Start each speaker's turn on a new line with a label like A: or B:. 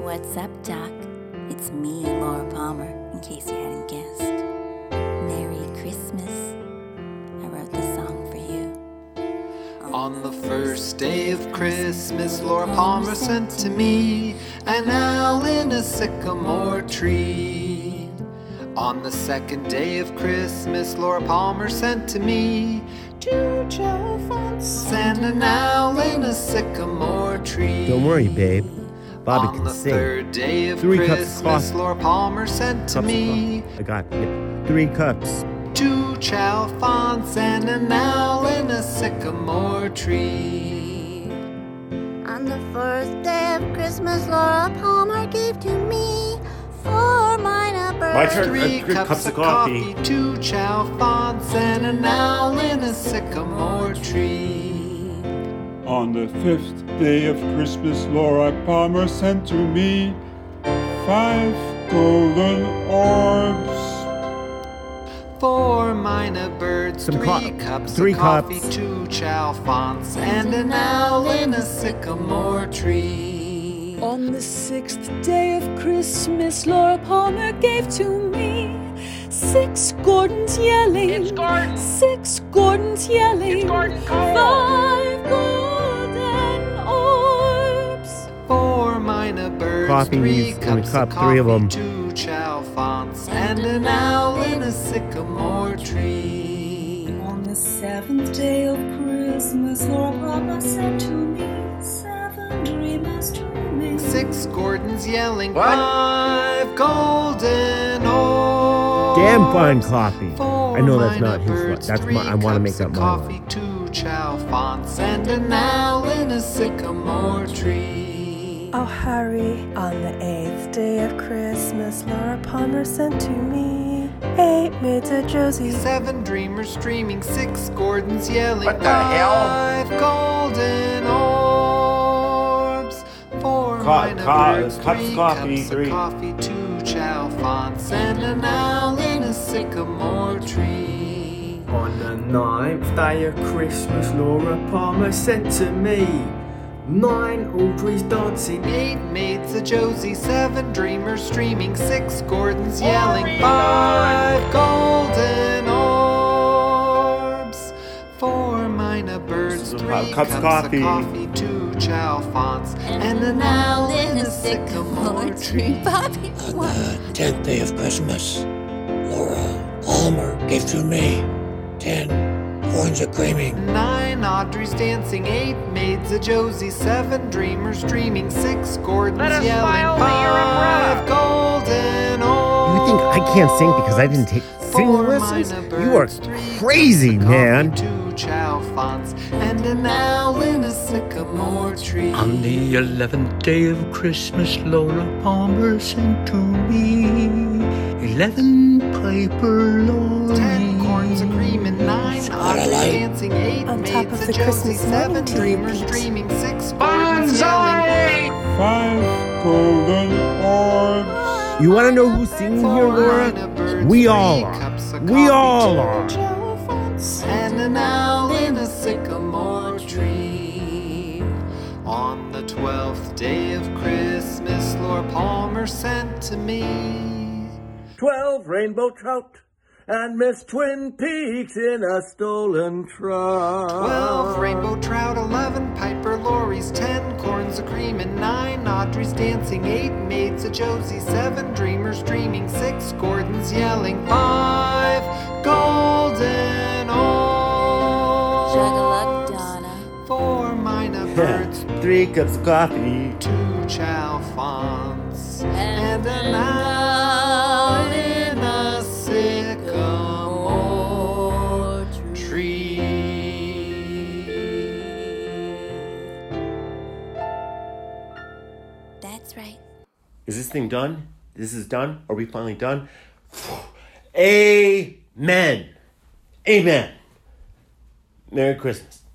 A: What's up, Doc? It's me, Laura Palmer, in case you hadn't guessed. Merry Christmas. I wrote this song for you.
B: On the first day of Christmas, Laura Palmer sent to me an owl in a sycamore tree. On the second day of Christmas, Laura Palmer sent to me two Joe Fonts and an owl in a sycamore tree.
C: Don't worry, babe. Bobby
B: On
C: can
B: the
C: sing.
B: third day of
C: Three cups of
B: Christmas,
C: coffee.
B: Laura Palmer sent to
C: Cups of
B: me
C: coffee. I got it. Three cups.
B: two chow fonts and an owl in a sycamore tree.
D: On the first day of Christmas, Laura Palmer gave to me four minor birds.
E: My turn.
B: Three
E: Uh, good
B: cups, of coffee, two chow fonts, and an owl in a sycamore tree.
F: On the fifth day of Christmas, Laura Palmer sent to me five golden orbs.
B: Four minor birds,
C: Some
B: three
C: co-
B: cups
C: three
B: of coffee,
C: cups.
B: two chow fonts, and an owl in a sycamore tree.
G: On the sixth day of Christmas, Laura Palmer gave to me six Gordons yelling. Six Gordons yelling. Five golden orbs.
B: Four minor birds,
C: Coffee
B: three
C: needs- only
B: cups
C: cup,
B: of coffee,
C: three of 'em.
B: two chow fonts, and an owl in a sycamore tree.
G: On the seventh day of Christmas, Laura Palmer said to me, Seven dreamers dreaming.
B: Six Gordons yelling,
E: What?
B: five golden orbs.
C: Damn fine coffee.
B: Four
C: I know that's not
B: minor
C: his. li-
B: birds,
C: That's my.
B: three
C: I want to make
B: cups
C: that
B: of
C: my
B: coffee,
C: line.
B: two chow fonts, and an owl in a sycamore tree.
H: Oh, hurry. On the eighth day of Christmas, Laura Palmer sent to me eight maids of Josie.
B: Seven dreamers dreaming, six Gordons yelling,
E: What the hell?
B: five golden orbs. Four
E: Co-
B: minor
E: co-
B: birds,
E: cups of
B: three
E: coffee,
B: cups
E: three.
B: of coffee, two chow fonts, and an owl in a sycamore tree.
I: On the ninth day of Christmas, Laura Palmer sent to me nine Audrey's dancing.
B: Eight maids, a Josie, seven dreamers streaming, six Gordons yelling, five golden orbs, four minor birds,
E: Some
B: three
E: cups
B: cups,
E: of
B: of
E: coffee.
B: coffee, two chow fonts, and an owl in a sycamore tree.
A: Bobby, what?
J: The tenth day of Christmas, Laura Palmer gave to me ten horns of creaming.
B: Nine Audrey's dancing, eight maids, a Josie, seven dreamers dreaming, six Gordons yelling, five golden orbs.
C: You think I can't sing because I didn't take singing
B: Four
C: lessons?
B: minor
C: You are
B: birds, three
C: crazy,
B: cups of coffee,
C: man.
B: Two chow fonts and an owl in a sycamore tree.
J: On the eleventh day of Christmas, Laura Palmer sent to me eleven paper lorries.
B: Ten corns of cream and nine otters dancing, eight
H: On top of
B: maids of
H: the
B: Josie,
H: Christmas morning
B: seven
H: tea
B: dreamers
H: beat.
B: dreaming, six corns yelling.
F: Five golden orbs.
C: You want to know who's singing
B: Four
C: here,
B: minor
C: Laura?
B: birds,
C: We
B: three
C: all are.
B: cups of
C: We
B: coffee,
C: all
B: two
C: are.
B: chow fonts And an owl in a sycamore tree. On the twelfth day of Christmas, Laura Palmer sent to me.
I: Twelve rainbow trout and Miss Twin Peaks in a stolen truck.
A: Oh.
B: 12 rainbow trout, 11 piper lorries, 10 corns of cream, and 9 Audreys dancing, 8 maids of Josie, 7 dreamers dreaming, 6 Gordons yelling, 5 golden
A: Juggle up,
B: orbs,
A: Donna.
B: 4 minor birds,
C: Three cups of coffee.
B: 2 chow fonts,
A: And
B: and an owl in a sycamore tree.
A: That's right.
C: Is this thing done? This is done? Are we finally done? Amen. Amen. Merry Christmas.